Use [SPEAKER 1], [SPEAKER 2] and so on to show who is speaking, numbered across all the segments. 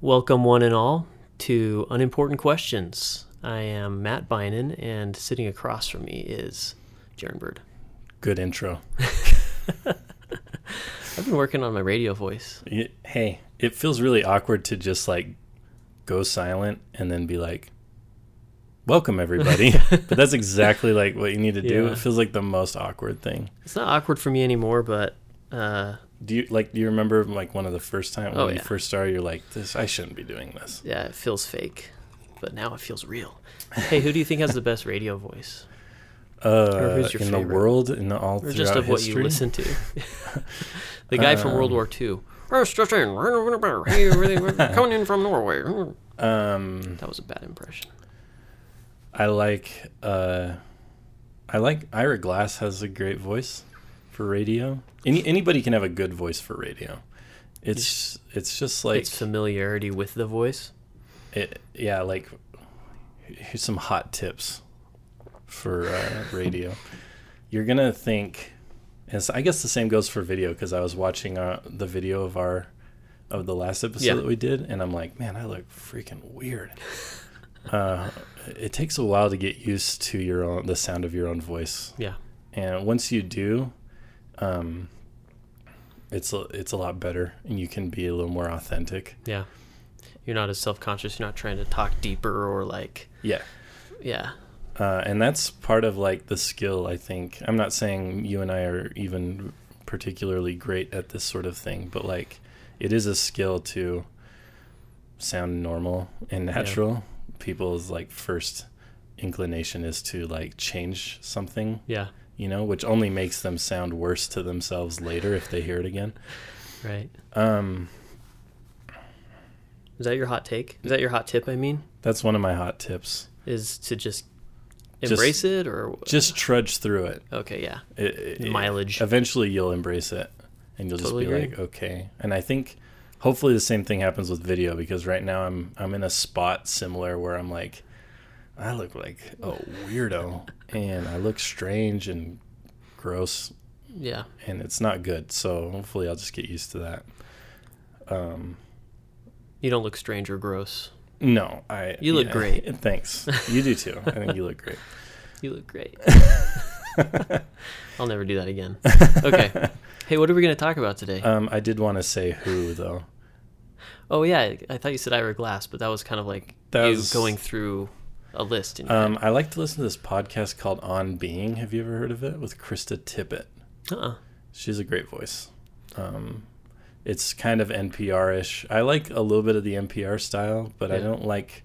[SPEAKER 1] Welcome, one and all, to Unimportant Questions. I am Matt Bynan, and sitting across from me is Jaren Bird.
[SPEAKER 2] Good intro.
[SPEAKER 1] I've been working on my radio voice.
[SPEAKER 2] Y- Hey, it feels really awkward to just like go silent and then be like, "Welcome, everybody." but that's exactly like what you need to do.
[SPEAKER 1] Yeah.
[SPEAKER 2] It feels like the most awkward thing.
[SPEAKER 1] It's not awkward for me anymore, but uh,
[SPEAKER 2] Do you like? Do you remember like one of the first time when
[SPEAKER 1] Oh,
[SPEAKER 2] you
[SPEAKER 1] yeah.
[SPEAKER 2] first started? You're like, "This, I shouldn't be doing this."
[SPEAKER 1] yeah, it feels fake. But now it feels real. Hey, who do you think has the best radio voice?
[SPEAKER 2] Uh,
[SPEAKER 1] who's your
[SPEAKER 2] in the
[SPEAKER 1] favorite?
[SPEAKER 2] world, in the, all
[SPEAKER 1] Or
[SPEAKER 2] throughout
[SPEAKER 1] just of what
[SPEAKER 2] history. Um,
[SPEAKER 1] you listen to? the guy from World War II. "Oh, Stratton, hey, really, we're Coming in from Norway.
[SPEAKER 2] Um,
[SPEAKER 1] That was a bad impression.
[SPEAKER 2] I like. Uh, I like Ira Glass has a great voice for radio. Any anybody can have a good voice for radio. It's it's just like
[SPEAKER 1] It's familiarity with the voice.
[SPEAKER 2] it, yeah, like here's some hot tips for uh, radio. You're gonna think, and so I guess the same goes for video because I was watching uh, the video of our of the last episode
[SPEAKER 1] Yeah.
[SPEAKER 2] that we did, and I'm like, man, I look freaking weird. uh, it takes a while to get used to your own the sound of your own voice
[SPEAKER 1] Yeah.
[SPEAKER 2] and once you do um it's a, it's a lot better and you can be a little more authentic
[SPEAKER 1] Yeah. You're not as self conscious. You're not trying to talk deeper or like,
[SPEAKER 2] yeah
[SPEAKER 1] yeah.
[SPEAKER 2] uh, and that's part of like the skill i think i'm not saying you and i are even particularly great at this sort of thing but like it is a skill to sound normal and natural people's like first inclination is to like change something
[SPEAKER 1] Yeah.
[SPEAKER 2] you know which only makes them sound worse to themselves later if they hear it again
[SPEAKER 1] Right.
[SPEAKER 2] um
[SPEAKER 1] Is that your hot take? Is that your hot tip? I mean,
[SPEAKER 2] That's one of my hot tips.
[SPEAKER 1] is to just
[SPEAKER 2] Just-
[SPEAKER 1] embrace it or
[SPEAKER 2] Just trudge through it.
[SPEAKER 1] okay, yeah,
[SPEAKER 2] It- it-
[SPEAKER 1] Mileage.
[SPEAKER 2] Eventually, you'll embrace it, and you'll
[SPEAKER 1] Totally
[SPEAKER 2] just be
[SPEAKER 1] agree.
[SPEAKER 2] like, okay. And I think hopefully the same thing happens with video because right now I'm I'm in a spot similar where I'm like, I look like a weirdo, and I look strange and gross,
[SPEAKER 1] yeah.
[SPEAKER 2] and it's not good. So hopefully, I'll just get used to that. Um,
[SPEAKER 1] You don't look strange or gross.
[SPEAKER 2] no, I.
[SPEAKER 1] You look great.
[SPEAKER 2] Thanks. You do too. I think you look great.
[SPEAKER 1] You look great. I'll never do that again. Okay. Hey, what are we going to talk about today?
[SPEAKER 2] Um, I did want to say who though.
[SPEAKER 1] oh yeah, I, I thought you said Ira Glass, but that was kind of like
[SPEAKER 2] That
[SPEAKER 1] you
[SPEAKER 2] was-
[SPEAKER 1] going through a list. And,
[SPEAKER 2] Um, I like to listen to this podcast called On Being. Have you ever heard of it? With Krista Tippett.
[SPEAKER 1] uh-uh.
[SPEAKER 2] She's a great voice. Um, it's kind of NPR ish. I like a little bit of the NPR style, but I
[SPEAKER 1] Yeah.
[SPEAKER 2] don't like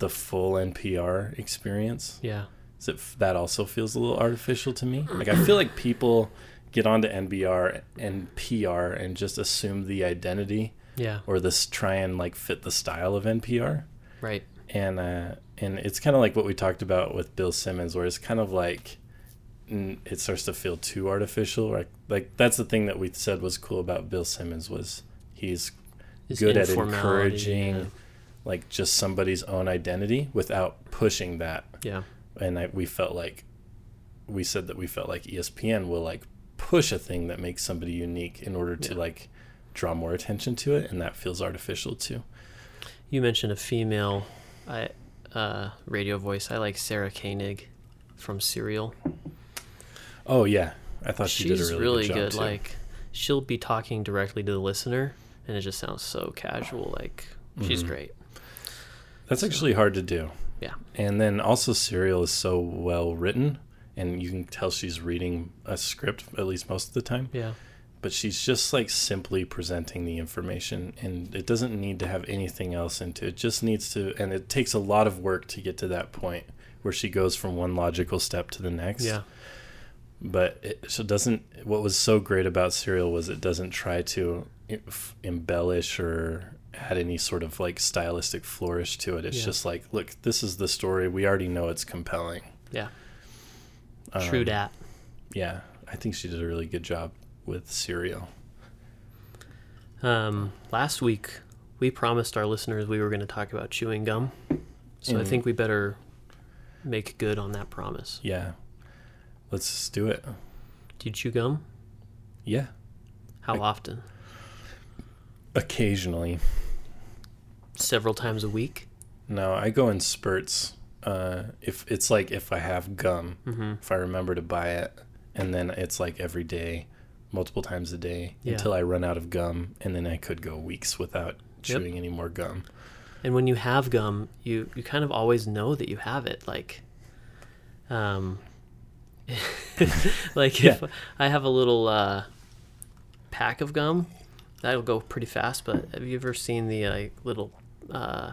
[SPEAKER 2] the full NPR experience.
[SPEAKER 1] Yeah.
[SPEAKER 2] So f- that also feels a little artificial to me. Like, I feel like people get onto NBR and PR and just assume the identity
[SPEAKER 1] Yeah.
[SPEAKER 2] or this try and like fit the style of NPR
[SPEAKER 1] Right.
[SPEAKER 2] and uh, and it's kind of like what we talked about with Bill Simmons, where it's kind of like mm, it starts to feel too artificial. Like like that's the thing that we said was cool about Bill Simmons was he's
[SPEAKER 1] His
[SPEAKER 2] good at
[SPEAKER 1] informality,
[SPEAKER 2] encouraging
[SPEAKER 1] yeah.
[SPEAKER 2] like just somebody's own identity without pushing that.
[SPEAKER 1] Yeah.
[SPEAKER 2] And I, we felt like we said that we felt like E ESPN will like push a thing that makes somebody unique in order to
[SPEAKER 1] Yeah.
[SPEAKER 2] like draw more attention to it, and that feels artificial too.
[SPEAKER 1] You mentioned a female I, uh, radio voice. I like Sarah Koenig from Serial.
[SPEAKER 2] Oh yeah. I thought she did
[SPEAKER 1] She's
[SPEAKER 2] a
[SPEAKER 1] really,
[SPEAKER 2] really, good,
[SPEAKER 1] good.
[SPEAKER 2] job too.
[SPEAKER 1] Like, she'll be talking directly to the listener, and it just sounds so casual. Like,
[SPEAKER 2] Mm-hmm.
[SPEAKER 1] she's great.
[SPEAKER 2] That's actually hard to do.
[SPEAKER 1] Yeah.
[SPEAKER 2] And then also, Serial is so well written, and you can tell she's reading a script at least most of the time.
[SPEAKER 1] Yeah.
[SPEAKER 2] But she's just like simply presenting the information, and it doesn't need to have anything else into it. It Just needs to, and it takes a lot of work to get to that point where she goes from one logical step to the next.
[SPEAKER 1] Yeah.
[SPEAKER 2] But it so it doesn't. What was so great about Serial was it doesn't try to if- embellish or add any sort of like stylistic flourish to it. It's
[SPEAKER 1] Yeah.
[SPEAKER 2] just like, look, this is the story. We already know it's compelling.
[SPEAKER 1] Yeah.
[SPEAKER 2] Um,
[SPEAKER 1] True dat.
[SPEAKER 2] Yeah, I think she did a really good job with Serial.
[SPEAKER 1] Um, last week, we promised our listeners we were going to talk about chewing gum. So I
[SPEAKER 2] Mm.
[SPEAKER 1] think we better make good on that promise.
[SPEAKER 2] Yeah, let's just do it.
[SPEAKER 1] Do you chew gum?
[SPEAKER 2] Yeah,
[SPEAKER 1] How
[SPEAKER 2] I-
[SPEAKER 1] often?
[SPEAKER 2] occasionally.
[SPEAKER 1] several times a week?
[SPEAKER 2] No, I go in spurts. Uh, if it's like if I have gum,
[SPEAKER 1] Mm-hmm.
[SPEAKER 2] if I remember to buy it, and then it's like every day, multiple times a day
[SPEAKER 1] Yeah.
[SPEAKER 2] until I run out of gum, and then I could go weeks without chewing any more gum.
[SPEAKER 1] And when you have gum, you you kind of always know that you have it. Like, um, like if
[SPEAKER 2] Yeah.
[SPEAKER 1] I have a little uh, pack of gum, that'll go pretty fast. But have you ever seen the like little? Uh,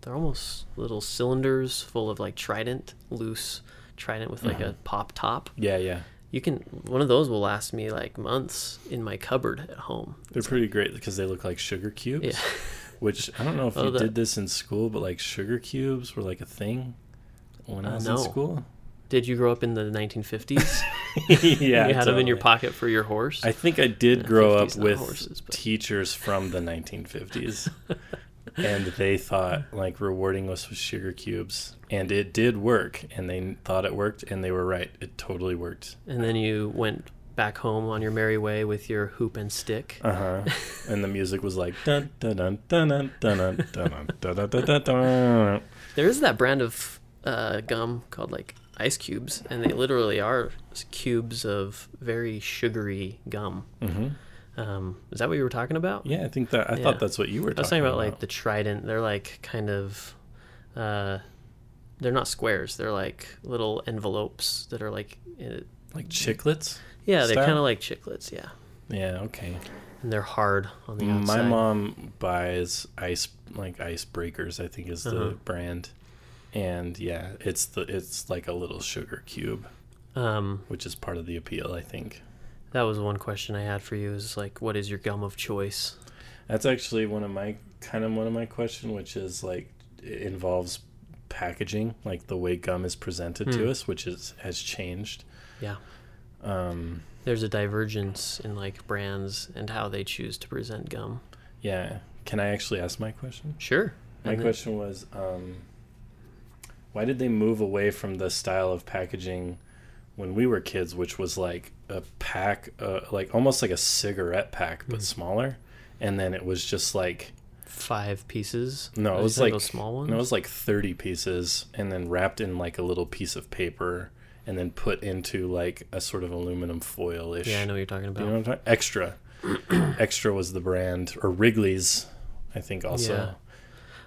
[SPEAKER 1] they're almost little cylinders full of like Trident, loose Trident with like a pop top.
[SPEAKER 2] Yeah, yeah,
[SPEAKER 1] You can one of those will last me like months in my cupboard at home.
[SPEAKER 2] they're pretty great because they look like sugar cubes.
[SPEAKER 1] Yeah.
[SPEAKER 2] Which I don't know if
[SPEAKER 1] Oh,
[SPEAKER 2] you
[SPEAKER 1] the-
[SPEAKER 2] did this in school, but like sugar cubes were like a thing when I
[SPEAKER 1] Uh,
[SPEAKER 2] was
[SPEAKER 1] no.
[SPEAKER 2] in school.
[SPEAKER 1] Did you grow up in the 1950s?
[SPEAKER 2] yeah,
[SPEAKER 1] you had them in your
[SPEAKER 2] totally.
[SPEAKER 1] pocket for your horse.
[SPEAKER 2] I think I did
[SPEAKER 1] Yeah,
[SPEAKER 2] grow
[SPEAKER 1] 50s,
[SPEAKER 2] up
[SPEAKER 1] not
[SPEAKER 2] with
[SPEAKER 1] horses, but-
[SPEAKER 2] teachers from the 1950s, and they thought like rewarding us with sugar cubes, and it did work, and they thought it worked, and they were right. It totally worked.
[SPEAKER 1] And then you went back home on your merry way with your hoop and stick.
[SPEAKER 2] Uh huh. and the music was like dun dun dun dun dun dun dun dun dun dun dun dun dun.
[SPEAKER 1] There is that brand of uh, gum called like ice cubes, and they literally are s- cubes of very sugary gum.
[SPEAKER 2] Mhm.
[SPEAKER 1] Um, is that what you were talking about?
[SPEAKER 2] Yeah, I think that I
[SPEAKER 1] Yeah.
[SPEAKER 2] thought that's what you were.
[SPEAKER 1] I
[SPEAKER 2] talking
[SPEAKER 1] was talking about, like the Trident. They're like kind of, uh, they're not squares. They're like little envelopes that are like, uh,
[SPEAKER 2] like chiclets.
[SPEAKER 1] yeah, they're
[SPEAKER 2] Style?
[SPEAKER 1] kind of like chiclets. Yeah,
[SPEAKER 2] Yeah. Okay.
[SPEAKER 1] and they're hard on the outside.
[SPEAKER 2] Mm, My mom buys ice like ice breakers, I think is the
[SPEAKER 1] Uh-huh.
[SPEAKER 2] brand. And yeah, it's the it's like a little sugar cube,
[SPEAKER 1] Um,
[SPEAKER 2] which is part of the appeal, I think.
[SPEAKER 1] that was one question I had for you. Is like, what is your gum of choice?
[SPEAKER 2] That's actually one of my kind of one of my question, which is like it involves packaging, like the way gum is presented
[SPEAKER 1] Hmm.
[SPEAKER 2] to us, which is has changed.
[SPEAKER 1] Yeah.
[SPEAKER 2] Um
[SPEAKER 1] There's a divergence in like brands and how they choose to present gum.
[SPEAKER 2] yeah. Can I actually ask my question?
[SPEAKER 1] Sure.
[SPEAKER 2] My
[SPEAKER 1] And then-
[SPEAKER 2] question was, um, why did they move away from the style of packaging when we were kids, which was like a pack, uh, like almost like a cigarette pack, but
[SPEAKER 1] Mhm.
[SPEAKER 2] smaller? And then it was just like
[SPEAKER 1] Five pieces.
[SPEAKER 2] no,
[SPEAKER 1] Are
[SPEAKER 2] it was
[SPEAKER 1] these
[SPEAKER 2] like
[SPEAKER 1] those small ones.
[SPEAKER 2] No, it was like thirty pieces, and then wrapped in like a little piece of paper, and then put into like a sort of aluminum foil ish.
[SPEAKER 1] yeah, I know what you're talking about.
[SPEAKER 2] You know what I'm talking? Extra, extra was the brand, or Wrigley's, I think also.
[SPEAKER 1] Yeah.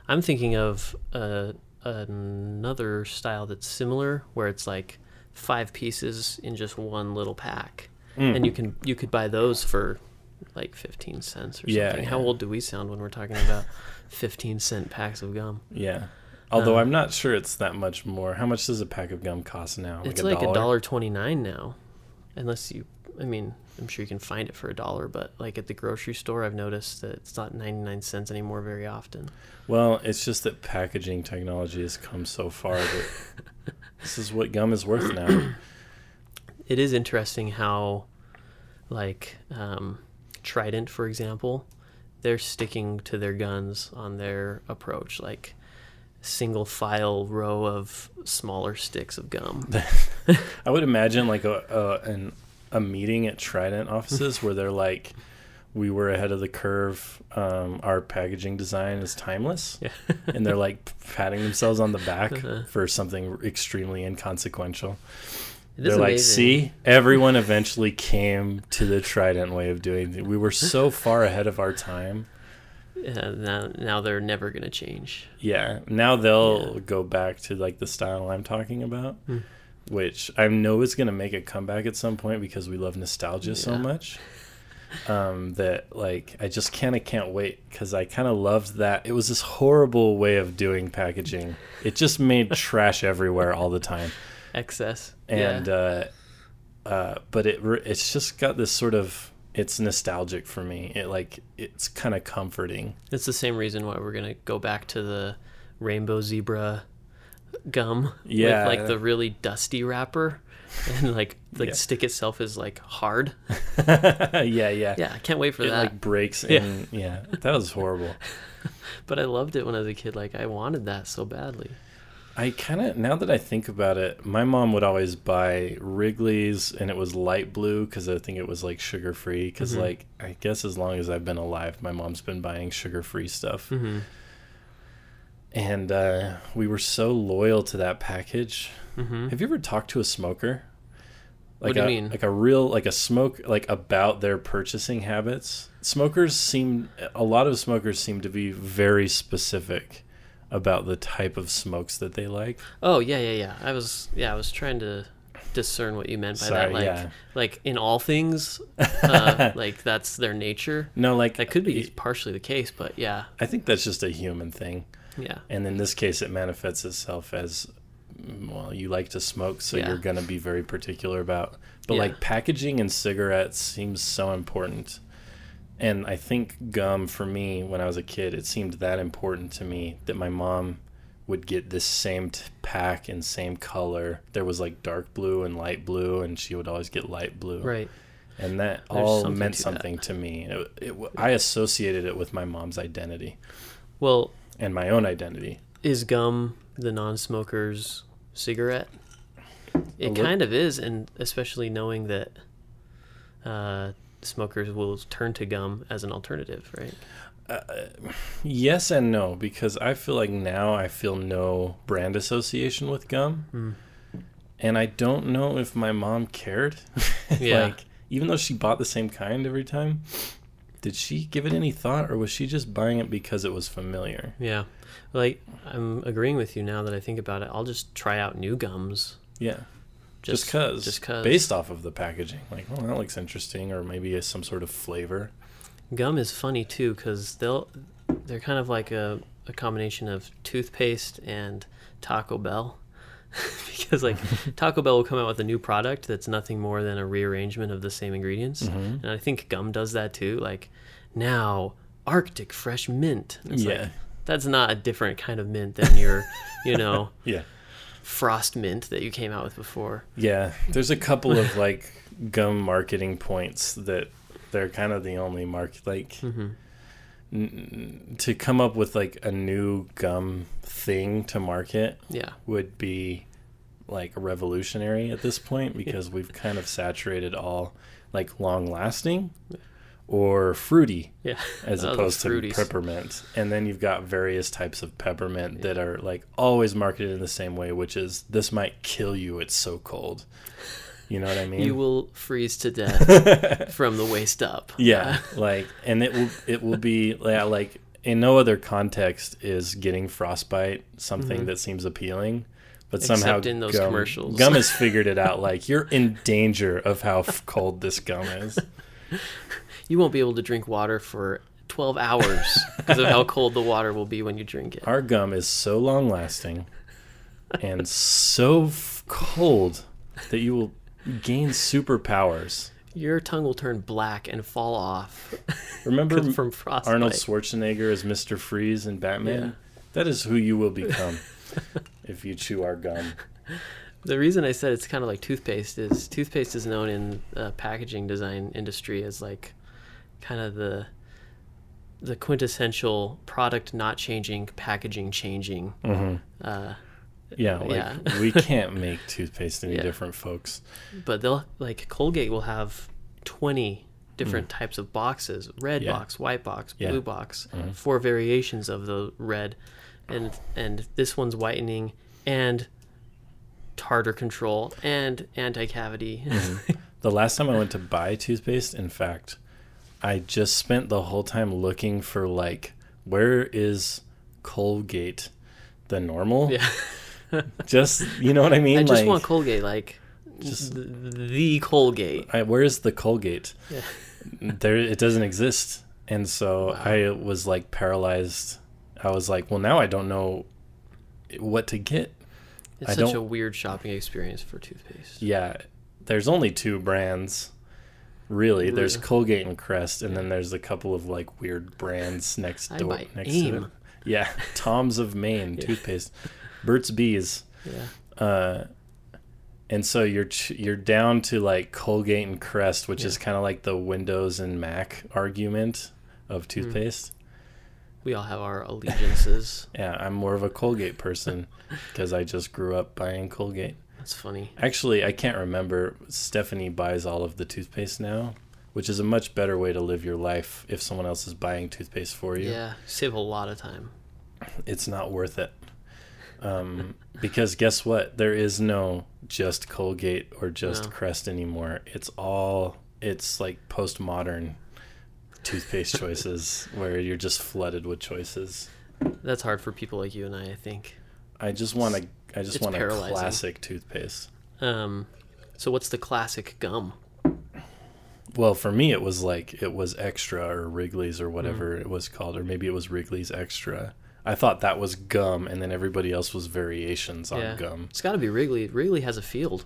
[SPEAKER 1] I'm thinking of uh, another style that's similar, where it's like five pieces in just one little pack,
[SPEAKER 2] Mm.
[SPEAKER 1] and you can you could buy those for like 15 cents or
[SPEAKER 2] Yeah,
[SPEAKER 1] something. How
[SPEAKER 2] yeah.
[SPEAKER 1] old do we sound when we're talking about 15 cent packs of gum?
[SPEAKER 2] Yeah. Although
[SPEAKER 1] Uh,
[SPEAKER 2] I'm not sure it's that much more. How much does a pack of gum cost now?
[SPEAKER 1] it's like a dollar twenty nine now, unless you. I mean, I'm sure you can find it for a dollar, but like at the grocery store, I've noticed that it's not ninety nine cents anymore very often.
[SPEAKER 2] Well, it's just that packaging technology has come so far that this is what gum is worth now.
[SPEAKER 1] It is interesting how, like, um, Trident, for example, they're sticking to their guns on their approach, like single file row of smaller sticks of gum.
[SPEAKER 2] I would imagine like a, a an a meeting at Trident offices where they're like, we were ahead of the curve. Um, our packaging design is timeless,
[SPEAKER 1] Yeah.
[SPEAKER 2] and they're like patting themselves on the back
[SPEAKER 1] Uh-huh.
[SPEAKER 2] for something extremely inconsequential.
[SPEAKER 1] It
[SPEAKER 2] They're
[SPEAKER 1] is
[SPEAKER 2] like,
[SPEAKER 1] amazing.
[SPEAKER 2] see, everyone eventually came to the Trident way of doing things. We were so far ahead of our time.
[SPEAKER 1] Yeah, now, now they're never gonna change.
[SPEAKER 2] Yeah. Now they'll
[SPEAKER 1] Yeah.
[SPEAKER 2] go back to like the style I'm talking about,
[SPEAKER 1] Hmm.
[SPEAKER 2] which I know is going to make a comeback at some point because we love nostalgia so
[SPEAKER 1] Yeah.
[SPEAKER 2] much. Um, that like I just kind of can't wait because I kind of loved that. It was this horrible way of doing packaging. It just made trash everywhere all the time.
[SPEAKER 1] Excess.
[SPEAKER 2] and
[SPEAKER 1] yeah.
[SPEAKER 2] uh, uh, but it re- it's just got this sort of it's nostalgic for me. It like it's kind of comforting.
[SPEAKER 1] It's the same reason why we're gonna go back to the rainbow zebra gum
[SPEAKER 2] Yeah.
[SPEAKER 1] with like the really dusty wrapper and like the
[SPEAKER 2] Yeah.
[SPEAKER 1] stick itself is like hard.
[SPEAKER 2] yeah, yeah,
[SPEAKER 1] Yeah, I can't wait for
[SPEAKER 2] It
[SPEAKER 1] that.
[SPEAKER 2] like breaks
[SPEAKER 1] Yeah.
[SPEAKER 2] in. Yeah, that was horrible.
[SPEAKER 1] but I loved it when I was a kid. Like I wanted that so badly.
[SPEAKER 2] I kind of now that I think about it, my mom would always buy Wrigley's, and it was light blue because I think it was like sugar free. Because like I guess as long as I've been alive, my mom's been buying sugar free stuff.
[SPEAKER 1] Mm-hmm.
[SPEAKER 2] and uh, we were so loyal to that package.
[SPEAKER 1] Mm-hmm.
[SPEAKER 2] Have you ever talked to a smoker?
[SPEAKER 1] What
[SPEAKER 2] Like
[SPEAKER 1] do you
[SPEAKER 2] a,
[SPEAKER 1] mean?
[SPEAKER 2] Like a real, like a smoke, like about their purchasing habits. Smokers seem, a lot of smokers seem to be very specific about the type of smokes that they like.
[SPEAKER 1] Oh yeah, yeah, yeah. I was yeah, I was trying to discern what you meant by that.
[SPEAKER 2] Sorry,
[SPEAKER 1] Like
[SPEAKER 2] yeah.
[SPEAKER 1] like in all things, uh, like that's their nature.
[SPEAKER 2] No, like
[SPEAKER 1] That could be partially the case, but yeah,
[SPEAKER 2] I think that's just a human thing,
[SPEAKER 1] yeah,
[SPEAKER 2] and in this case, it manifests itself as, mm, well, you like to smoke, so
[SPEAKER 1] Yeah.
[SPEAKER 2] you're gonna be very particular about. But
[SPEAKER 1] Yeah.
[SPEAKER 2] like packaging and cigarettes seems so important, and I think gum for me when I was a kid, it seemed that important to me that my mom would get this same t- pack and same color. There was like dark blue and light blue, and she would always get light blue
[SPEAKER 1] right.
[SPEAKER 2] and that
[SPEAKER 1] There's
[SPEAKER 2] all
[SPEAKER 1] something
[SPEAKER 2] meant
[SPEAKER 1] to that.
[SPEAKER 2] something to me. And It, it, I associated it with my mom's identity
[SPEAKER 1] Well,
[SPEAKER 2] and my own identity.
[SPEAKER 1] is gum the non-smoker's cigarette? It
[SPEAKER 2] lit-
[SPEAKER 1] kind of is, and especially knowing that uh, smokers will turn to gum as an alternative, right?
[SPEAKER 2] Yes and no, because I feel like now I feel no brand association with gum,
[SPEAKER 1] Hmm.
[SPEAKER 2] and I don't know if my mom cared.
[SPEAKER 1] Yeah.
[SPEAKER 2] like even though she bought the same kind every time, did she give it any thought, or was she just buying it because it was familiar?
[SPEAKER 1] Yeah, like I'm agreeing with you now that I think about it. I'll just try out new gums.
[SPEAKER 2] Yeah. Just because,
[SPEAKER 1] just cause.
[SPEAKER 2] based off of the packaging, like, oh, that looks interesting, or maybe it's some sort of flavor.
[SPEAKER 1] Gum is funny too because they'll they're kind of like a, a combination of toothpaste and Taco Bell because like Taco Bell will come out with a new product that's nothing more than a rearrangement of the same ingredients,
[SPEAKER 2] Mm-hmm.
[SPEAKER 1] and I think gum does that too. Like now Arctic Fresh Mint, And it's like,
[SPEAKER 2] Yeah.
[SPEAKER 1] that's not a different kind of mint than your you know
[SPEAKER 2] Yeah.
[SPEAKER 1] frost mint that you came out with before.
[SPEAKER 2] Yeah, there's a couple of like gum marketing points that they're kind of the only market like n- to come up with like a new gum thing to market
[SPEAKER 1] Yeah.
[SPEAKER 2] would be like revolutionary at this point because we've kind of saturated all like long lasting or fruity
[SPEAKER 1] Yeah,
[SPEAKER 2] as
[SPEAKER 1] That was
[SPEAKER 2] opposed to
[SPEAKER 1] fruity.
[SPEAKER 2] peppermint. And then you've got various types of peppermint that are like always marketed in the same way, which is this might kill you. It's so cold. You know what I mean?
[SPEAKER 1] You will freeze to death from the waist up.
[SPEAKER 2] yeah, like, and it will it will be yeah, like in no other context is getting frostbite something that seems appealing. But
[SPEAKER 1] Mm-hmm.
[SPEAKER 2] somehow
[SPEAKER 1] Except in those
[SPEAKER 2] gum,
[SPEAKER 1] commercials.
[SPEAKER 2] gum has figured it out. Like you're in danger of how f- cold this gum is.
[SPEAKER 1] You won't be able to drink water for 12 hours because of how cold the water will be when you drink it.
[SPEAKER 2] our gum is so long lasting and so f- cold that you will gain superpowers.
[SPEAKER 1] Your tongue will turn black and fall off
[SPEAKER 2] Remember
[SPEAKER 1] from frostbite.
[SPEAKER 2] Arnold Schwarzenegger as Mr. Freeze in Batman?
[SPEAKER 1] Yeah.
[SPEAKER 2] That is who you will become if you chew our gum.
[SPEAKER 1] the reason I said it's kind of like toothpaste is toothpaste is known in uh, packaging design industry as like kind of the the quintessential product not changing, packaging changing. Uh,
[SPEAKER 2] Yeah, like
[SPEAKER 1] Yeah.
[SPEAKER 2] we can't make toothpaste any
[SPEAKER 1] Yeah.
[SPEAKER 2] different, folks.
[SPEAKER 1] but they'll like Colgate will have 20 different types of boxes red
[SPEAKER 2] Hmm. Yeah.
[SPEAKER 1] box white box
[SPEAKER 2] Yeah. Mm-hmm.
[SPEAKER 1] blue box four variations of the red and and this one's whitening and tartar control and anti-cavity
[SPEAKER 2] The last time I went to buy toothpaste, in fact, I just spent the whole time looking for like where is Colgate the normal?
[SPEAKER 1] Yeah.
[SPEAKER 2] just you know what I mean?
[SPEAKER 1] i just
[SPEAKER 2] like,
[SPEAKER 1] want colgate like th- the colgate
[SPEAKER 2] I, where is the Colgate?
[SPEAKER 1] Yeah.
[SPEAKER 2] There, it doesn't exist, and so I was like paralyzed. I was like, well, now I don't know what to get.
[SPEAKER 1] it's
[SPEAKER 2] I
[SPEAKER 1] such
[SPEAKER 2] don't-
[SPEAKER 1] a weird shopping experience for toothpaste
[SPEAKER 2] Yeah, there's only two brands, really. There's
[SPEAKER 1] Really?
[SPEAKER 2] Colgate and Crest, and then there's a couple of like weird brands next
[SPEAKER 1] I
[SPEAKER 2] door.
[SPEAKER 1] might
[SPEAKER 2] Next to
[SPEAKER 1] aim.
[SPEAKER 2] it. Yeah, Tom's of Maine toothpaste, Burt's Bees.
[SPEAKER 1] yeah
[SPEAKER 2] uh, and so you're ch- you're down to like Colgate and Crest, which is kind of like the Windows and Mac argument
[SPEAKER 1] Hmm.
[SPEAKER 2] of toothpaste.
[SPEAKER 1] we all have our allegiances
[SPEAKER 2] Yeah, I'm more of a Colgate person because I just grew up buying Colgate.
[SPEAKER 1] that's funny
[SPEAKER 2] Actually, I can't remember. Stephanie buys all of the toothpaste now, which is a much better way to live your life if someone else is buying toothpaste for you.
[SPEAKER 1] yeah save a lot of time
[SPEAKER 2] it's not worth it. Um, because guess what? There is no just Colgate or just
[SPEAKER 1] No.
[SPEAKER 2] Crest anymore. It's all it's like postmodern toothpaste choices where you're just flooded with choices.
[SPEAKER 1] That's hard for people like you and I, I think.
[SPEAKER 2] I just want a I just
[SPEAKER 1] It's
[SPEAKER 2] want
[SPEAKER 1] paralyzing.
[SPEAKER 2] a classic toothpaste.
[SPEAKER 1] Um, so what's the classic gum?
[SPEAKER 2] Well, for me, it was like it was extra or Wrigley's or whatever
[SPEAKER 1] Mm.
[SPEAKER 2] it was called, or maybe it was Wrigley's extra. I thought that was gum, and then everybody else was variations on
[SPEAKER 1] yeah,
[SPEAKER 2] gum.
[SPEAKER 1] it's got to be Wrigley. Wrigley has a field.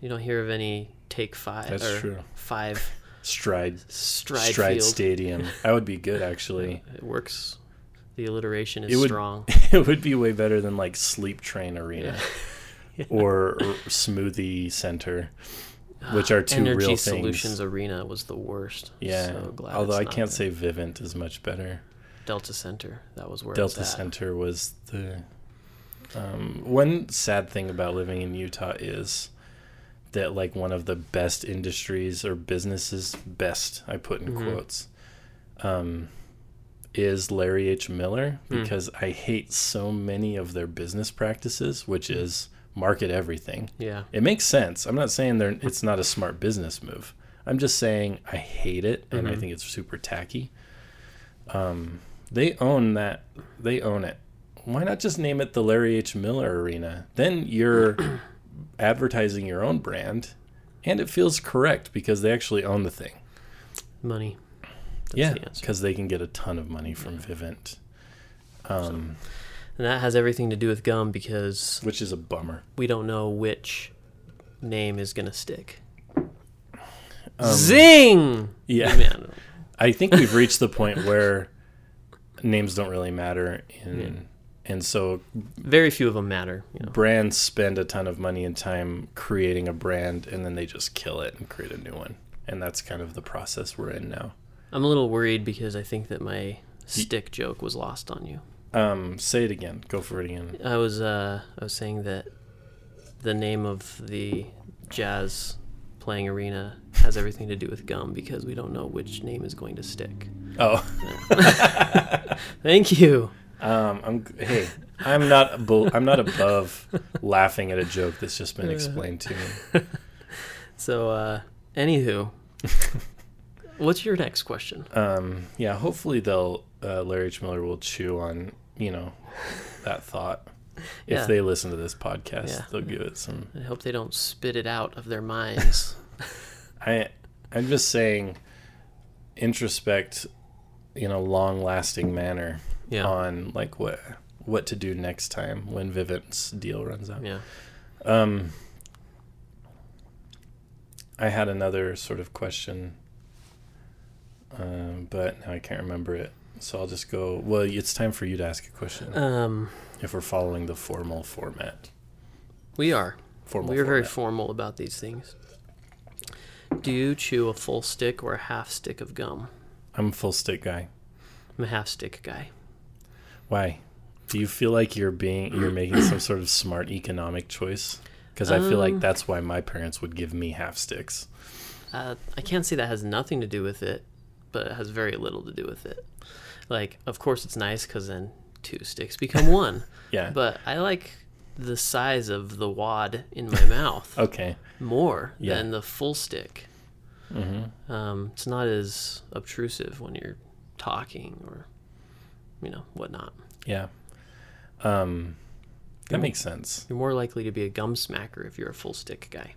[SPEAKER 1] You don't hear of any take five
[SPEAKER 2] That's
[SPEAKER 1] or
[SPEAKER 2] true.
[SPEAKER 1] five
[SPEAKER 2] Stride,
[SPEAKER 1] stride,
[SPEAKER 2] Stride
[SPEAKER 1] field.
[SPEAKER 2] Stadium. I would be good actually.
[SPEAKER 1] It works. The alliteration
[SPEAKER 2] It
[SPEAKER 1] is
[SPEAKER 2] would-
[SPEAKER 1] strong.
[SPEAKER 2] it would be way better than like Sleep Train Arena or, or Smoothie Center, which are two
[SPEAKER 1] Ah, Energy
[SPEAKER 2] real things.
[SPEAKER 1] Solutions Arena was the worst.
[SPEAKER 2] yeah,
[SPEAKER 1] So glad
[SPEAKER 2] although
[SPEAKER 1] it's
[SPEAKER 2] I
[SPEAKER 1] not
[SPEAKER 2] can't
[SPEAKER 1] there.
[SPEAKER 2] say Vivint is much better.
[SPEAKER 1] Delta Center. That was where it
[SPEAKER 2] Delta
[SPEAKER 1] was at.
[SPEAKER 2] Center was the um, one sad thing about living in Utah is that like one of the best industries or businesses, best I put in
[SPEAKER 1] Mm-hmm.
[SPEAKER 2] quotes, um, is Larry H. Miller
[SPEAKER 1] Hmm.
[SPEAKER 2] because I hate so many of their business practices, which
[SPEAKER 1] Hmm.
[SPEAKER 2] is market everything.
[SPEAKER 1] Yeah.
[SPEAKER 2] It makes sense. I'm not saying they're, it's not a smart business move. I'm just saying I hate it and
[SPEAKER 1] Mm-hmm.
[SPEAKER 2] I think it's super tacky. Um, they own that. They own it. Why not just name it the Larry H. Miller Arena? Then you're advertising your own brand and it feels correct because they actually own the thing.
[SPEAKER 1] Money. That's
[SPEAKER 2] yeah,
[SPEAKER 1] the answer.
[SPEAKER 2] because they can get a ton of money from Vivint, um,
[SPEAKER 1] And that has everything to do with gum because
[SPEAKER 2] which is a bummer.
[SPEAKER 1] we don't know which name is going to stick.
[SPEAKER 2] Um,
[SPEAKER 1] Zing!
[SPEAKER 2] Yeah.
[SPEAKER 1] Man,
[SPEAKER 2] I think we've reached the point where names don't really matter, and and so
[SPEAKER 1] very few of them matter. You know.
[SPEAKER 2] brands spend a ton of money and time creating a brand, and then they just kill it and create a new one, and that's kind of the process we're in now.
[SPEAKER 1] I'm a little worried because I think that my stick joke was lost on you.
[SPEAKER 2] Um, say it again. Go for it again.
[SPEAKER 1] I was uh, I was saying that the name of the jazz playing arena has everything to do with gum because we don't know which name is going to stick.
[SPEAKER 2] Oh,
[SPEAKER 1] Thank you.
[SPEAKER 2] um, I'm hey, I'm not abo- I'm not above laughing at a joke that's just been explained to me.
[SPEAKER 1] So, uh, anywho, what's your next question?
[SPEAKER 2] Um, yeah, hopefully they'll uh, Larry H. Miller will chew on you know that thought.
[SPEAKER 1] Yeah.
[SPEAKER 2] If they listen to this podcast,
[SPEAKER 1] Yeah.
[SPEAKER 2] they'll give it some.
[SPEAKER 1] I hope they don't spit it out of their minds.
[SPEAKER 2] I I'm just saying, introspect in a long lasting manner
[SPEAKER 1] Yeah.
[SPEAKER 2] on like what what to do next time when Vivint's deal runs out.
[SPEAKER 1] yeah.
[SPEAKER 2] Um, I had another sort of question, um, but now I can't remember it. So I'll just go. Well, it's time for you to ask a question
[SPEAKER 1] Um,
[SPEAKER 2] if we're following the formal format.
[SPEAKER 1] we are.
[SPEAKER 2] Formal.
[SPEAKER 1] we are very
[SPEAKER 2] format.
[SPEAKER 1] formal about these things. Do you chew a full stick or a half stick of gum?
[SPEAKER 2] I'm a full stick guy.
[SPEAKER 1] I'm a half stick guy.
[SPEAKER 2] Why? Do you feel like you're being you're making some sort of smart economic choice? Because I feel like that's why my parents would give me half sticks.
[SPEAKER 1] Uh, I can't say that has nothing to do with it, but it has very little to do with it. Like, of course, it's nice because then two sticks become one.
[SPEAKER 2] Yeah.
[SPEAKER 1] But I like the size of the wad in my mouth
[SPEAKER 2] okay.
[SPEAKER 1] more
[SPEAKER 2] Oh, Yeah.
[SPEAKER 1] than the full stick. Um, it's not as obtrusive when you're talking or, you know, whatnot.
[SPEAKER 2] Yeah. Um, that makes sense.
[SPEAKER 1] You're more likely to be a gum smacker if you're a full stick guy.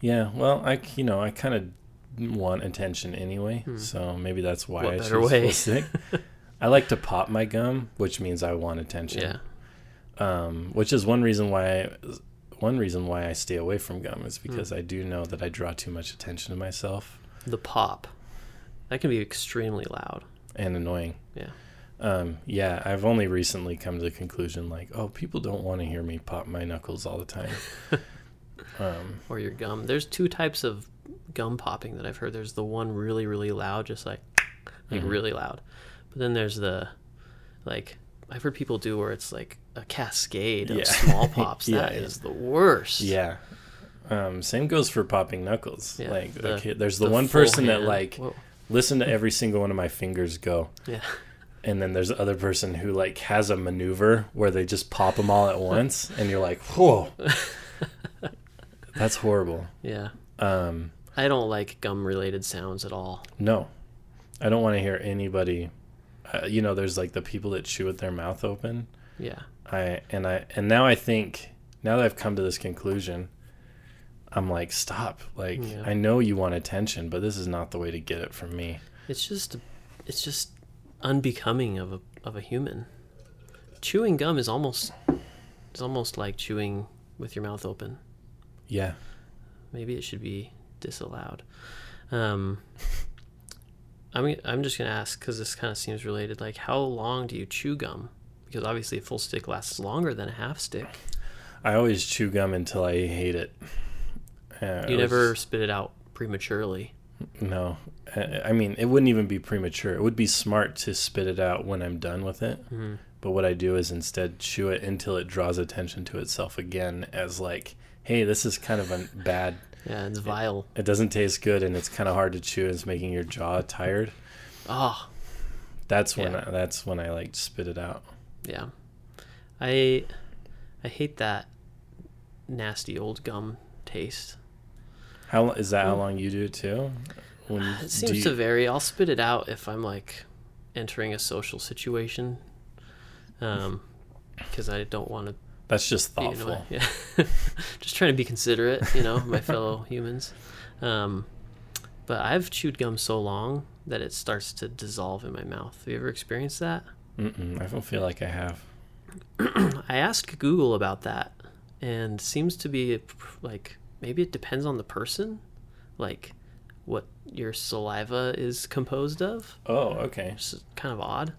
[SPEAKER 2] Yeah. Well, I c- you know I kind of want attention anyway, so maybe that's why
[SPEAKER 1] What
[SPEAKER 2] I
[SPEAKER 1] better
[SPEAKER 2] choose
[SPEAKER 1] way?
[SPEAKER 2] full stick. I like to pop my gum, which means I want attention.
[SPEAKER 1] Yeah.
[SPEAKER 2] um, which is one reason why one reason why I stay away from gum is because
[SPEAKER 1] Hmm.
[SPEAKER 2] I do know that I draw too much attention to myself
[SPEAKER 1] The pop. That can be extremely loud.
[SPEAKER 2] and annoying.
[SPEAKER 1] Yeah.
[SPEAKER 2] Um, yeah, I've only recently come to the conclusion like, oh, people don't want to hear me pop my knuckles all the time. um,
[SPEAKER 1] Or your gum. There's two types of gum popping that I've heard. There's the one really, really loud, just like, like
[SPEAKER 2] Mm-hmm.
[SPEAKER 1] really loud. But then there's the, like, I've heard people do where it's like a cascade of
[SPEAKER 2] Yeah.
[SPEAKER 1] small pops.
[SPEAKER 2] Yeah,
[SPEAKER 1] That is
[SPEAKER 2] yeah.
[SPEAKER 1] the worst.
[SPEAKER 2] yeah. Um, same goes for popping knuckles.
[SPEAKER 1] Yeah,
[SPEAKER 2] like,
[SPEAKER 1] the-
[SPEAKER 2] okay, there's the,
[SPEAKER 1] the
[SPEAKER 2] one
[SPEAKER 1] full
[SPEAKER 2] person that
[SPEAKER 1] hand.
[SPEAKER 2] like
[SPEAKER 1] Whoa.
[SPEAKER 2] listened to every single one of my fingers go,
[SPEAKER 1] Yeah.
[SPEAKER 2] and then there's the other person who like has a maneuver where they just pop them all at once and you're like whoa that's horrible
[SPEAKER 1] Yeah.
[SPEAKER 2] um
[SPEAKER 1] I don't like gum related sounds at all.
[SPEAKER 2] no i don't want to hear anybody uh, you know there's like the people that chew with their mouth open
[SPEAKER 1] Yeah.
[SPEAKER 2] i and i and now i think now that i've come to this conclusion i'm like stop like
[SPEAKER 1] Yeah.
[SPEAKER 2] i know you want attention but this is not the way to get it from me
[SPEAKER 1] It's just it's just unbecoming of a of a human. Chewing gum is almost it's almost like chewing with your mouth open.
[SPEAKER 2] yeah
[SPEAKER 1] Maybe it should be disallowed. Um I'm I'm just going to ask cuz this kind of seems related like how long do you chew gum? Because obviously a full stick lasts longer than a half stick.
[SPEAKER 2] i always chew gum until i hate it Uh,
[SPEAKER 1] You
[SPEAKER 2] I was-
[SPEAKER 1] never spit it out prematurely.
[SPEAKER 2] No, I I mean it wouldn't even be premature. It would be smart to spit it out when I'm done with it.
[SPEAKER 1] Mm-hmm.
[SPEAKER 2] But what I do is instead chew it until it draws attention to itself again, as like, hey, this is kind of a bad.
[SPEAKER 1] Yeah, it's vile.
[SPEAKER 2] It doesn't taste good, and it's kind of hard to chew. and It's making your jaw tired.
[SPEAKER 1] Oh,
[SPEAKER 2] That's when
[SPEAKER 1] Yeah.
[SPEAKER 2] I, that's when I like spit it out.
[SPEAKER 1] Yeah. I I hate that nasty old gum taste.
[SPEAKER 2] How lo- is that? How long you do it too? When you- do
[SPEAKER 1] Mm. Uh, It seems
[SPEAKER 2] you-
[SPEAKER 1] to vary. I'll spit it out if I'm like entering a social situation. Um because I don't want to
[SPEAKER 2] That's just
[SPEAKER 1] be
[SPEAKER 2] thoughtful.
[SPEAKER 1] annoying. Yeah. Just trying to be considerate, you know, of my fellow humans. Um but I've chewed gum so long that it starts to dissolve in my mouth. Have you ever experienced that?
[SPEAKER 2] Mm-mm, I don't feel like I have.
[SPEAKER 1] I asked Google about that, and seems to be like maybe it depends on the person, like what your saliva is composed of.
[SPEAKER 2] Oh, okay.
[SPEAKER 1] It's kind of odd.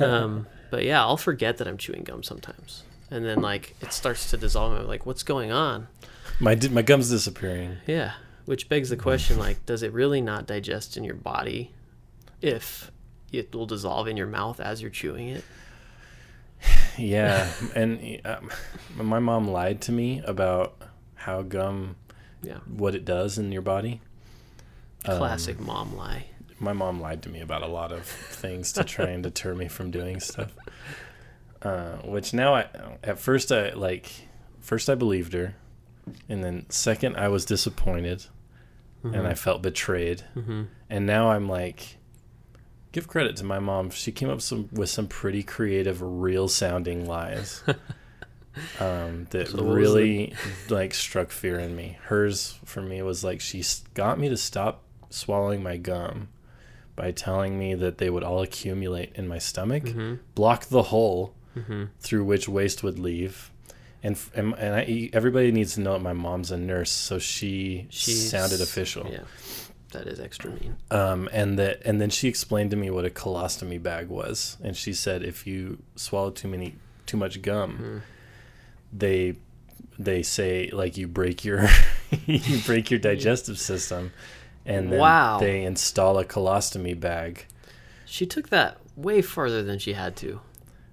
[SPEAKER 1] Um, but yeah, I'll forget that I'm chewing gum sometimes, and then like it starts to dissolve. And I'm like, what's going on?
[SPEAKER 2] My di- my gums disappearing.
[SPEAKER 1] Yeah, which begs the question: like, does it really not digest in your body if it will dissolve in your mouth as you're chewing it?
[SPEAKER 2] Yeah, and um, my mom lied to me about how gum,
[SPEAKER 1] Yeah,
[SPEAKER 2] what it does in your body. Um,
[SPEAKER 1] classic mom lie.
[SPEAKER 2] My mom lied to me about a lot of things to try and deter me from doing stuff. Uh, which now I, at first I like, first I believed her, and then second I was disappointed, and
[SPEAKER 1] Mm-hmm.
[SPEAKER 2] I felt betrayed,
[SPEAKER 1] Mhm.
[SPEAKER 2] and now I'm like. Give credit to my mom. She came up some, with some pretty creative, real sounding lies um, that
[SPEAKER 1] So what was
[SPEAKER 2] really like struck fear in me. Hers for me was like she s- got me to stop swallowing my gum by telling me that they would all accumulate in my stomach,
[SPEAKER 1] Mm-hmm.
[SPEAKER 2] block the hole through which waste would leave. And, f- and, and I, everybody needs to know that my mom's a nurse, so she sounded official
[SPEAKER 1] Yeah, that is extra mean.
[SPEAKER 2] um, and that and then she explained to me what a colostomy bag was, and she said if you swallow too many too much
[SPEAKER 1] Hmm.
[SPEAKER 2] gum, they they say like you break your you break your digestive system, and then
[SPEAKER 1] Wow.
[SPEAKER 2] they install a colostomy bag.
[SPEAKER 1] She took that way farther than she had to.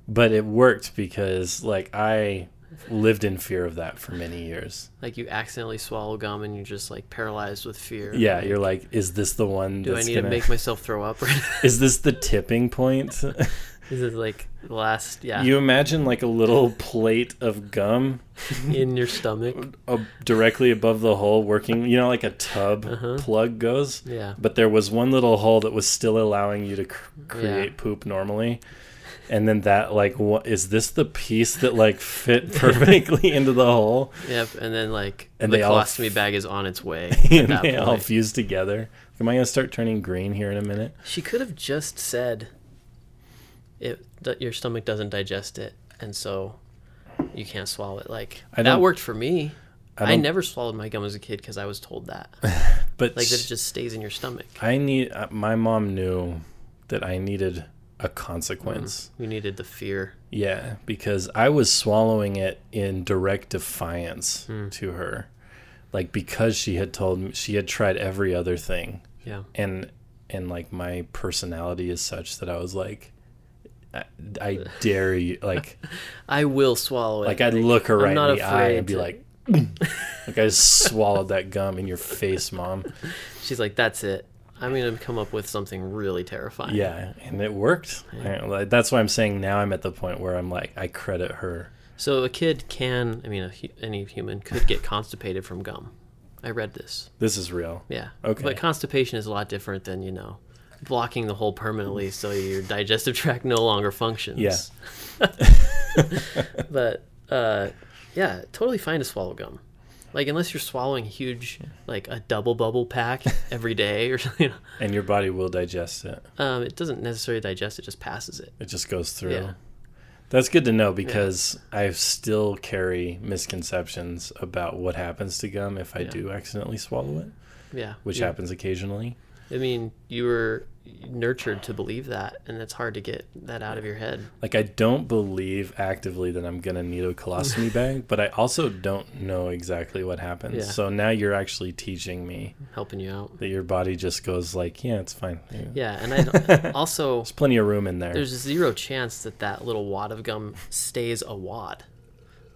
[SPEAKER 2] But it worked because like I lived in fear of that for many years.
[SPEAKER 1] Like you accidentally swallow gum and you're just like paralyzed with fear.
[SPEAKER 2] Yeah, you're like, is this the one?
[SPEAKER 1] Do I
[SPEAKER 2] that's
[SPEAKER 1] need to
[SPEAKER 2] gonna-
[SPEAKER 1] make myself throw up?
[SPEAKER 2] Is this the tipping point?
[SPEAKER 1] this is like the last yeah
[SPEAKER 2] You imagine like a little plate of gum
[SPEAKER 1] in your stomach.
[SPEAKER 2] ab- directly above the hole working you know like a tub
[SPEAKER 1] Uh-huh.
[SPEAKER 2] plug goes
[SPEAKER 1] Yeah.
[SPEAKER 2] but there was one little hole that was still allowing you to cr- create
[SPEAKER 1] Yeah.
[SPEAKER 2] poop normally and then that like what is this the piece that like fit perfectly into the hole
[SPEAKER 1] Yep. And then like
[SPEAKER 2] And
[SPEAKER 1] the
[SPEAKER 2] they all
[SPEAKER 1] colostomy bag is on its way. at
[SPEAKER 2] and
[SPEAKER 1] that
[SPEAKER 2] they all
[SPEAKER 1] point.
[SPEAKER 2] fused together am i going to start turning green here in a minute
[SPEAKER 1] She could have just said, "It that your stomach doesn't digest it, and so you can't swallow it." Like that
[SPEAKER 2] I don't-
[SPEAKER 1] worked for me. I,
[SPEAKER 2] don't-
[SPEAKER 1] never swallowed my gum as a kid because I was told that,
[SPEAKER 2] but
[SPEAKER 1] like that it
[SPEAKER 2] sh-
[SPEAKER 1] just stays in your stomach.
[SPEAKER 2] i need uh, my mom knew that i needed a consequence
[SPEAKER 1] We needed the fear.
[SPEAKER 2] Yeah, because I was swallowing it in direct defiance
[SPEAKER 1] Hmm.
[SPEAKER 2] to her. Like because she had told me she had tried every other thing
[SPEAKER 1] Yeah.
[SPEAKER 2] and and like my personality is such that I was like I, I dare you like
[SPEAKER 1] I will swallow it.
[SPEAKER 2] like I'd look her right in
[SPEAKER 1] not
[SPEAKER 2] the eye and
[SPEAKER 1] afraid
[SPEAKER 2] be
[SPEAKER 1] to-
[SPEAKER 2] like like I just swallowed that gum in your face, mom.
[SPEAKER 1] She's like, that's it. I'm gonna come up with something really terrifying.
[SPEAKER 2] Yeah, and it worked.
[SPEAKER 1] Yeah.
[SPEAKER 2] I- like, that's why I'm saying now I'm at the point where I'm like, I credit her.
[SPEAKER 1] So a kid can, I mean, a, hu- any human could get constipated from gum. I read this.
[SPEAKER 2] This is real.
[SPEAKER 1] Yeah.
[SPEAKER 2] Okay.
[SPEAKER 1] But constipation is a lot different than you know, blocking the hole permanently so your digestive tract no longer functions.
[SPEAKER 2] Yeah.
[SPEAKER 1] but uh, yeah, totally fine to swallow gum. Like unless you're swallowing huge, like a double bubble pack every day or something, you know,
[SPEAKER 2] And your body will digest it.
[SPEAKER 1] um, it doesn't necessarily digest. It just passes it.
[SPEAKER 2] It just goes through.
[SPEAKER 1] Yeah.
[SPEAKER 2] That's good to know because I still carry misconceptions about what happens to gum if I
[SPEAKER 1] Yeah.
[SPEAKER 2] do accidentally swallow it,
[SPEAKER 1] Yeah.
[SPEAKER 2] which
[SPEAKER 1] You-
[SPEAKER 2] happens occasionally.
[SPEAKER 1] I mean, you were nurtured to believe that, and it's hard to get that out of your head.
[SPEAKER 2] Like I don't believe actively that I'm gonna need a colostomy bag, but I also don't know exactly what happens.
[SPEAKER 1] Yeah.
[SPEAKER 2] So now you're actually teaching me
[SPEAKER 1] helping you out.
[SPEAKER 2] that your body just goes like, yeah, it's fine.
[SPEAKER 1] Yeah, and I don't- also
[SPEAKER 2] There's plenty of room in there.
[SPEAKER 1] there's zero chance that that little wad of gum stays a wad.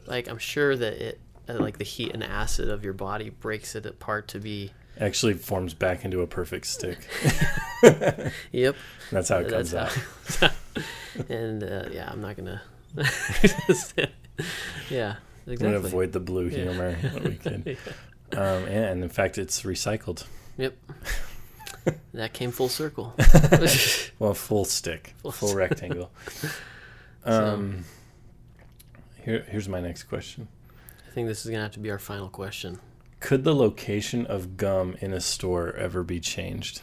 [SPEAKER 1] Like I'm sure that it uh, like the heat and acid of your body breaks it apart to be
[SPEAKER 2] actually forms back into a perfect stick.
[SPEAKER 1] yep.
[SPEAKER 2] That's how it comes out.
[SPEAKER 1] and uh, yeah, I'm not gonna. yeah,
[SPEAKER 2] I'm gonna
[SPEAKER 1] exactly.
[SPEAKER 2] avoid the blue humor that we could. Um, and in fact, it's recycled.
[SPEAKER 1] Yep. that came full circle.
[SPEAKER 2] Well, full stick, full,
[SPEAKER 1] stick.
[SPEAKER 2] rectangle. Um, here, here's my next question:
[SPEAKER 1] I think this is gonna have to be our final question.
[SPEAKER 2] Could the location of gum in a store ever be changed,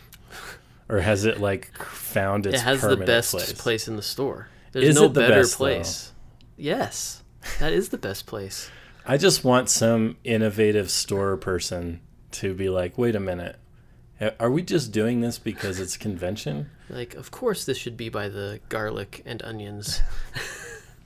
[SPEAKER 2] or has it like found its
[SPEAKER 1] it has the
[SPEAKER 2] permanent
[SPEAKER 1] best
[SPEAKER 2] place?
[SPEAKER 1] place. in the store. There's
[SPEAKER 2] Is
[SPEAKER 1] no
[SPEAKER 2] it the
[SPEAKER 1] better
[SPEAKER 2] best, though?
[SPEAKER 1] place. Yes, that is the best place.
[SPEAKER 2] I just want some innovative store person to be like, wait a minute. Are we just doing this because it's convention?
[SPEAKER 1] Like, of course, this should be by the garlic and onions.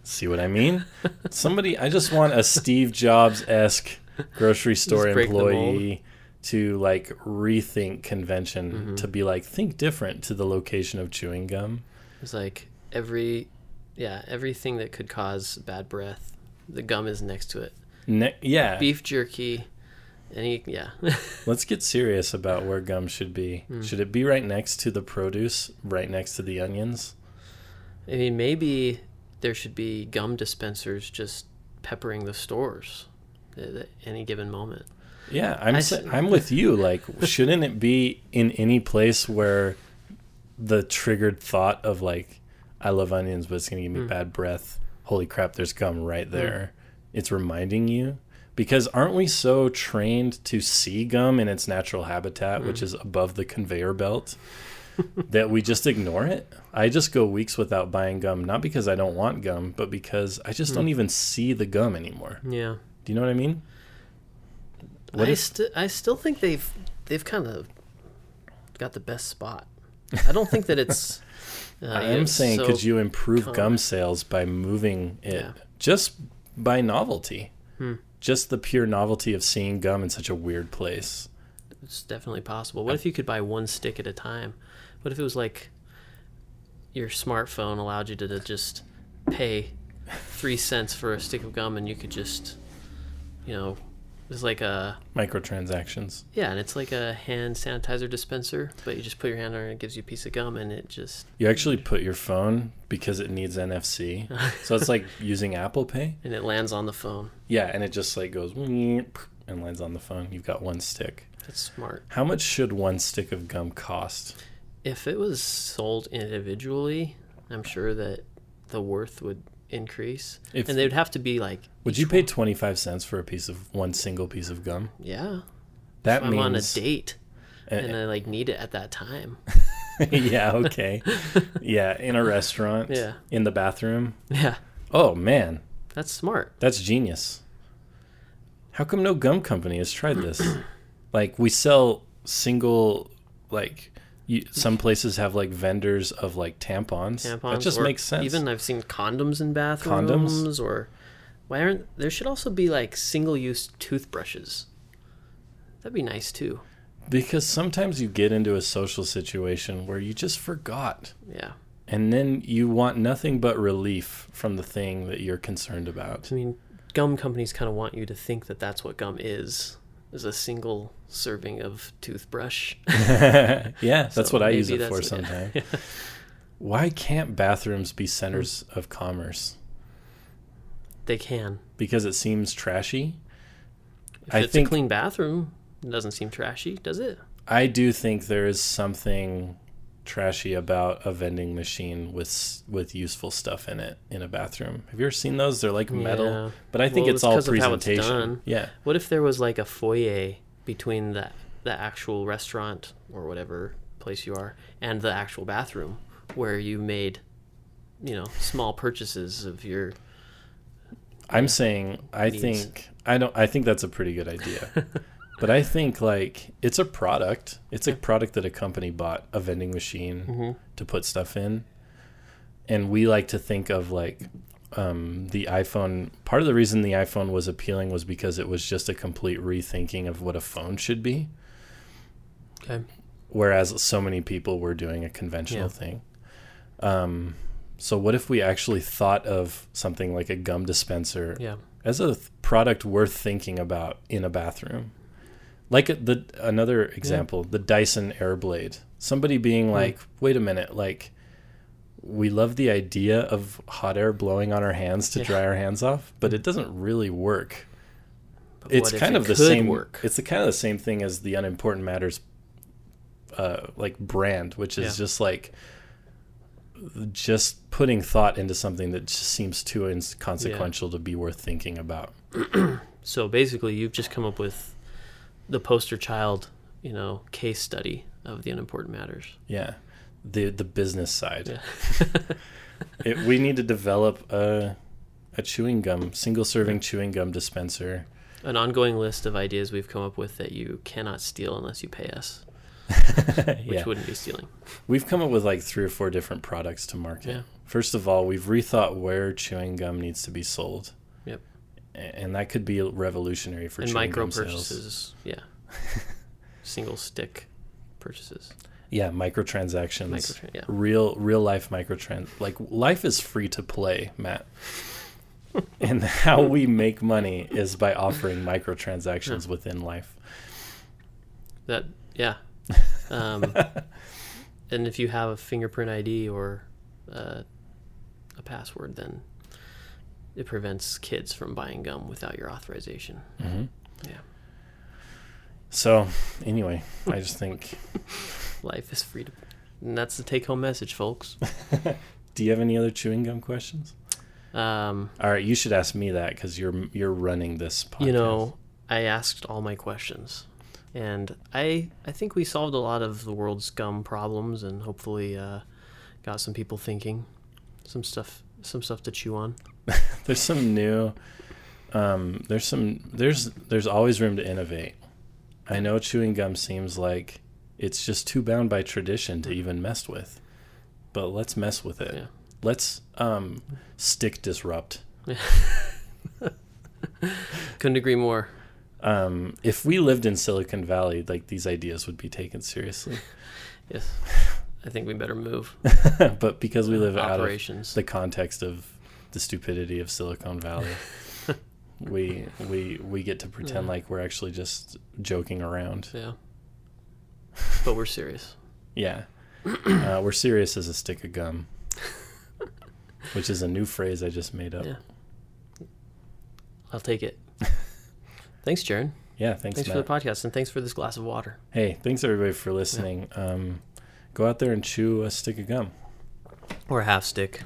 [SPEAKER 2] See what I mean? Somebody, I just want a Steve Jobs esque grocery store
[SPEAKER 1] break the mold.
[SPEAKER 2] employee to like rethink convention,
[SPEAKER 1] Mm-hmm.
[SPEAKER 2] to be like, think different to the location of chewing gum.
[SPEAKER 1] It's like every, yeah, everything that could cause bad breath, the gum is next to it.
[SPEAKER 2] Ne- yeah,
[SPEAKER 1] Beef jerky, any, yeah,
[SPEAKER 2] let's get serious about where gum should be.
[SPEAKER 1] Hmm.
[SPEAKER 2] Should it be right next to the produce, right next to the onions?
[SPEAKER 1] I mean, maybe there should be gum dispensers just peppering the stores at at any given moment.
[SPEAKER 2] Yeah, I'm
[SPEAKER 1] I
[SPEAKER 2] s-
[SPEAKER 1] s-
[SPEAKER 2] I'm with you. Like, shouldn't it be in any place where the triggered thought of like, I love onions, but it's gonna give me bad breath. Holy crap! There's gum right there. It's reminding you because aren't we so trained to see gum in its natural habitat, which is above the conveyor belt, that we just ignore it? I just go weeks without buying gum, not because I don't want gum, but because I just don't even see the gum anymore.
[SPEAKER 1] Yeah.
[SPEAKER 2] Do you know what I mean? What
[SPEAKER 1] I,
[SPEAKER 2] if-
[SPEAKER 1] st- I still think they've they've kind of got the best spot. I don't think that it's. Uh,
[SPEAKER 2] I am
[SPEAKER 1] it's
[SPEAKER 2] saying,
[SPEAKER 1] so-
[SPEAKER 2] could you improve
[SPEAKER 1] common.
[SPEAKER 2] gum sales by moving it
[SPEAKER 1] Yeah. Hmm.
[SPEAKER 2] just by novelty? Just the pure novelty of seeing gum in such a weird place.
[SPEAKER 1] It's definitely possible. What if you could buy one stick at a time? What if it was like your smartphone allowed you to, to just pay three cents for a stick of gum, and you could just, you know, it's like a
[SPEAKER 2] Microtransactions.
[SPEAKER 1] yeah, and it's like a hand sanitizer dispenser, but you just put your hand on it, and it gives you a piece of gum, and it just
[SPEAKER 2] You actually put your phone because it needs NFC. so it's like using Apple Pay.
[SPEAKER 1] and it lands on the phone.
[SPEAKER 2] Yeah, and it just like goes and lands on the phone. You've got one stick.
[SPEAKER 1] That's smart.
[SPEAKER 2] How much should one stick of gum cost?
[SPEAKER 1] If it was sold individually, I'm sure that the worth would increase,
[SPEAKER 2] If-
[SPEAKER 1] and they would have to be like,
[SPEAKER 2] Would you pay 25 cents for a piece of one single piece of gum?
[SPEAKER 1] yeah,
[SPEAKER 2] That
[SPEAKER 1] I'm
[SPEAKER 2] means
[SPEAKER 1] on a date.
[SPEAKER 2] Eh,
[SPEAKER 1] and I like need it at that time.
[SPEAKER 2] yeah, okay. Yeah, in a restaurant.
[SPEAKER 1] Yeah.
[SPEAKER 2] In the bathroom.
[SPEAKER 1] Yeah,
[SPEAKER 2] Oh man,
[SPEAKER 1] that's smart.
[SPEAKER 2] that's genius. How come no gum company has tried this? like we sell single like you, some places have like vendors of like tampons.
[SPEAKER 1] Tampons.
[SPEAKER 2] that just
[SPEAKER 1] or
[SPEAKER 2] makes sense.
[SPEAKER 1] Even I've seen condoms in bathrooms. or why aren't there should also be like single-use toothbrushes. That'd be nice too.
[SPEAKER 2] because sometimes you get into a social situation where you just forgot
[SPEAKER 1] Yeah,
[SPEAKER 2] and then you want nothing but relief from the thing that you're concerned about.
[SPEAKER 1] I mean, gum companies kind of want you to think that that's what gum is. is a single serving of toothbrush.
[SPEAKER 2] yeah, that's
[SPEAKER 1] So
[SPEAKER 2] what I
[SPEAKER 1] maybe
[SPEAKER 2] use it
[SPEAKER 1] that's
[SPEAKER 2] for
[SPEAKER 1] what-
[SPEAKER 2] sometimes. Why can't bathrooms be centers
[SPEAKER 1] Hmm.
[SPEAKER 2] of commerce?
[SPEAKER 1] they can.
[SPEAKER 2] Because it seems trashy.
[SPEAKER 1] If
[SPEAKER 2] I
[SPEAKER 1] it's
[SPEAKER 2] think-
[SPEAKER 1] a clean bathroom, it doesn't seem trashy, does it?
[SPEAKER 2] I do think there is something trashy about a vending machine with s- with useful stuff in it in a bathroom. Have you ever seen those? They're like metal,
[SPEAKER 1] Yeah.
[SPEAKER 2] but I think
[SPEAKER 1] Well,
[SPEAKER 2] it's
[SPEAKER 1] it's
[SPEAKER 2] all
[SPEAKER 1] 'cause of how it's
[SPEAKER 2] presentation.
[SPEAKER 1] done.
[SPEAKER 2] Yeah.
[SPEAKER 1] What if there was like a foyer between the the actual restaurant or whatever place you are and the actual bathroom where you made you know small purchases of your
[SPEAKER 2] I'm saying I
[SPEAKER 1] Needs.
[SPEAKER 2] think I don't I think that's a pretty good idea. but I think like it's a product. It's a product that a company bought, a vending machine
[SPEAKER 1] Mm-hmm.
[SPEAKER 2] to put stuff in. And we like to think of like um, the iPhone. Part of the reason the iPhone was appealing was because it was just a complete rethinking of what a phone should be,
[SPEAKER 1] okay
[SPEAKER 2] whereas so many people were doing a conventional
[SPEAKER 1] Yeah.
[SPEAKER 2] thing. Um, so what if we actually thought of something like a gum dispenser
[SPEAKER 1] yeah
[SPEAKER 2] as a th- product worth thinking about in a bathroom. Like a- the another example, the Dyson Airblade. Somebody being
[SPEAKER 1] Hmm.
[SPEAKER 2] like, "Wait a minute, like we love the idea of hot air blowing on our hands to
[SPEAKER 1] Yeah.
[SPEAKER 2] dry our hands off, but it doesn't really work."
[SPEAKER 1] But
[SPEAKER 2] It's
[SPEAKER 1] what if
[SPEAKER 2] kind
[SPEAKER 1] it
[SPEAKER 2] of the
[SPEAKER 1] could
[SPEAKER 2] same
[SPEAKER 1] work
[SPEAKER 2] It's the kind of the same thing as the unimportant matters uh like brand, which is
[SPEAKER 1] Yeah.
[SPEAKER 2] just like just putting thought into something that just seems too inconsequential to be worth thinking about.
[SPEAKER 1] so basically you've just come up with the poster child you know case study of the unimportant matters
[SPEAKER 2] Yeah. The the business side. it, we need to develop a a chewing gum, single serving chewing gum dispenser.
[SPEAKER 1] an ongoing list of ideas we've come up with that you cannot steal unless you pay us which
[SPEAKER 2] yeah.
[SPEAKER 1] wouldn't be stealing
[SPEAKER 2] We've come up with like three or four different products to market.
[SPEAKER 1] Yeah.
[SPEAKER 2] First of all, we've rethought where chewing gum needs to be sold.
[SPEAKER 1] Yep.
[SPEAKER 2] A- And that could be revolutionary for
[SPEAKER 1] and
[SPEAKER 2] chewing
[SPEAKER 1] micro
[SPEAKER 2] gum sales.
[SPEAKER 1] purchases. Yeah, single stick purchases.
[SPEAKER 2] Yeah, microtransactions.
[SPEAKER 1] Microtran- yeah.
[SPEAKER 2] Real real life microtrans like life is free to play, Matt. and how we make money is by offering microtransactions within life.
[SPEAKER 1] That yeah. Um, and if you have a fingerprint ID or uh, a password, then it prevents kids from buying gum without your authorization. Yeah,
[SPEAKER 2] So, anyway, I just think
[SPEAKER 1] life is free to. And that's the take-home message, folks.
[SPEAKER 2] do you have any other chewing gum questions?
[SPEAKER 1] Um,
[SPEAKER 2] All right, you should ask me that cuz you're you're running this podcast.
[SPEAKER 1] you know, I asked all my questions, and I I think we solved a lot of the world's gum problems, and hopefully uh, got some people thinking, some stuff some stuff to chew on.
[SPEAKER 2] there's some new um there's some there's there's always room to innovate. I know chewing gum seems like it's just too bound by tradition to even mess with. But let's mess with it.
[SPEAKER 1] Yeah.
[SPEAKER 2] Let's um stick disrupt.
[SPEAKER 1] Couldn't agree more.
[SPEAKER 2] Um if we lived in Silicon Valley, like these ideas would be taken seriously.
[SPEAKER 1] Yes, I think we better move
[SPEAKER 2] but because we live out of
[SPEAKER 1] operations.
[SPEAKER 2] the context of the stupidity of Silicon Valley. we we we get to pretend
[SPEAKER 1] Yeah.
[SPEAKER 2] like we're actually just joking around.
[SPEAKER 1] yeah, but we're serious.
[SPEAKER 2] Yeah, uh, we're serious as a stick of gum, which is a new phrase I just made up. Yeah,
[SPEAKER 1] Yeah. I'll take it. Thanks, Jaron.
[SPEAKER 2] thanks,
[SPEAKER 1] Thanks
[SPEAKER 2] Matt.
[SPEAKER 1] for the podcast, and thanks for this glass of water.
[SPEAKER 2] hey, thanks everybody for listening. Um, go out there and chew a stick of gum.
[SPEAKER 1] Or a half stick.